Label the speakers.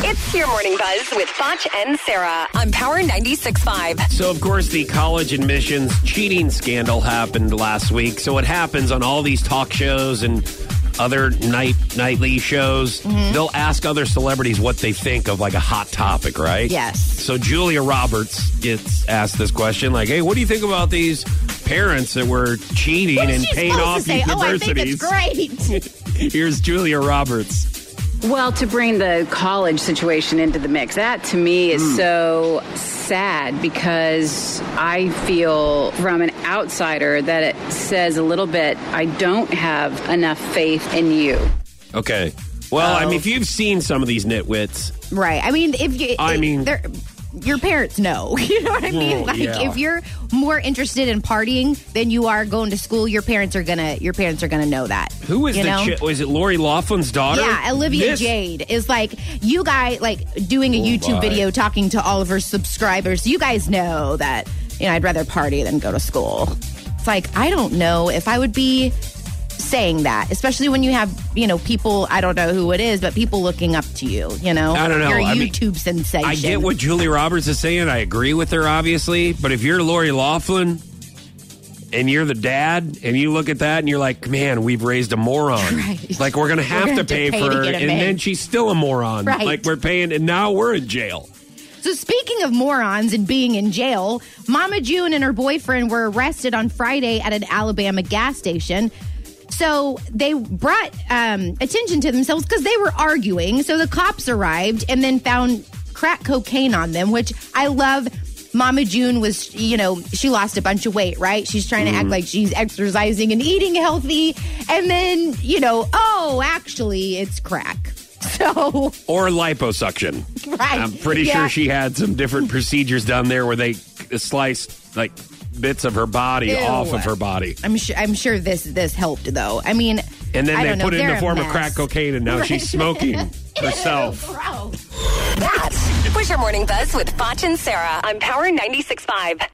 Speaker 1: It's your morning buzz with Foch and Sarah on Power 96.5.
Speaker 2: So, of course, the college admissions cheating scandal happened last week. So, it happens on all these talk shows and other night nightly shows.
Speaker 3: Mm-hmm.
Speaker 2: They'll ask other celebrities what they think of like a hot topic, right?
Speaker 3: Yes.
Speaker 2: So, Julia Roberts gets asked this question, like, "Hey, what do you think about these parents that were cheating
Speaker 3: What is
Speaker 2: and
Speaker 3: she
Speaker 2: paying
Speaker 3: supposed
Speaker 2: off
Speaker 3: to say? Oh, I think
Speaker 2: universities?"
Speaker 3: it's great.
Speaker 2: Here's Julia Roberts.
Speaker 4: Well, to bring the college situation into the mix, that to me is so sad because I feel from an outsider that it says a little bit, I don't have enough faith in you.
Speaker 2: Okay. Well,
Speaker 3: Oh.
Speaker 2: I mean, if you've seen some of these nitwits,
Speaker 3: Right. I mean, if you,
Speaker 2: I
Speaker 3: it-
Speaker 2: mean-
Speaker 3: they're- your parents know. You know what I mean?
Speaker 2: Well,
Speaker 3: like,
Speaker 2: yeah.
Speaker 3: if you're more interested in partying than you are going to school, your parents are gonna your parents are gonna know that.
Speaker 2: who is
Speaker 3: you
Speaker 2: the
Speaker 3: know?
Speaker 2: chick? Was it Lori Laughlin's daughter?
Speaker 3: Yeah, Olivia
Speaker 2: This-
Speaker 3: Jade is like you guys like doing a YouTube
Speaker 2: Oh my.
Speaker 3: video talking to all of her subscribers. You guys know that you know I'd rather party than go to school. It's like I don't know if I would be saying that, especially when you have you know people I don't know who it is, but people looking up to you. You know,
Speaker 2: I don't know.
Speaker 3: You're a
Speaker 2: I mean,
Speaker 3: YouTube sensation.
Speaker 2: I get what Julia Roberts is saying. I agree with her, obviously. But if you're Lori Laughlin and you're the dad and you look at that and you're like, man, we've raised a moron.
Speaker 3: Right.
Speaker 2: Like, we're going to
Speaker 3: We're
Speaker 2: have to
Speaker 3: gonna have to
Speaker 2: pay
Speaker 3: pay
Speaker 2: for
Speaker 3: to
Speaker 2: her.
Speaker 3: get him
Speaker 2: And
Speaker 3: in.
Speaker 2: then she's still a moron.
Speaker 3: Right.
Speaker 2: Like, we're paying, and now we're in jail.
Speaker 3: So, speaking of morons and being in jail, Mama June and her boyfriend were arrested on Friday at an Alabama gas station. So, they brought um, attention to themselves because they were arguing. So, the cops arrived and then found crack cocaine on them, which I love. Mama June was, you know, she lost a bunch of weight, right? She's trying to
Speaker 2: Mm.
Speaker 3: act like she's exercising and eating healthy. And then, you know, oh, actually, it's crack. So,
Speaker 2: Or liposuction.
Speaker 3: Right.
Speaker 2: I'm pretty
Speaker 3: Yeah.
Speaker 2: sure she had some different procedures done there where they sliced, like, bits of her body
Speaker 3: Ew.
Speaker 2: off of her body.
Speaker 3: I'm sure. I'm sure this this helped though. I mean,
Speaker 2: And then
Speaker 3: I
Speaker 2: they
Speaker 3: don't know.
Speaker 2: put it in
Speaker 3: They're
Speaker 2: the
Speaker 3: a
Speaker 2: form of
Speaker 3: mess.
Speaker 2: crack cocaine, and now she's smoking herself.
Speaker 3: Gross.
Speaker 1: That was your morning buzz with Foch and Sarah on Power 96.5.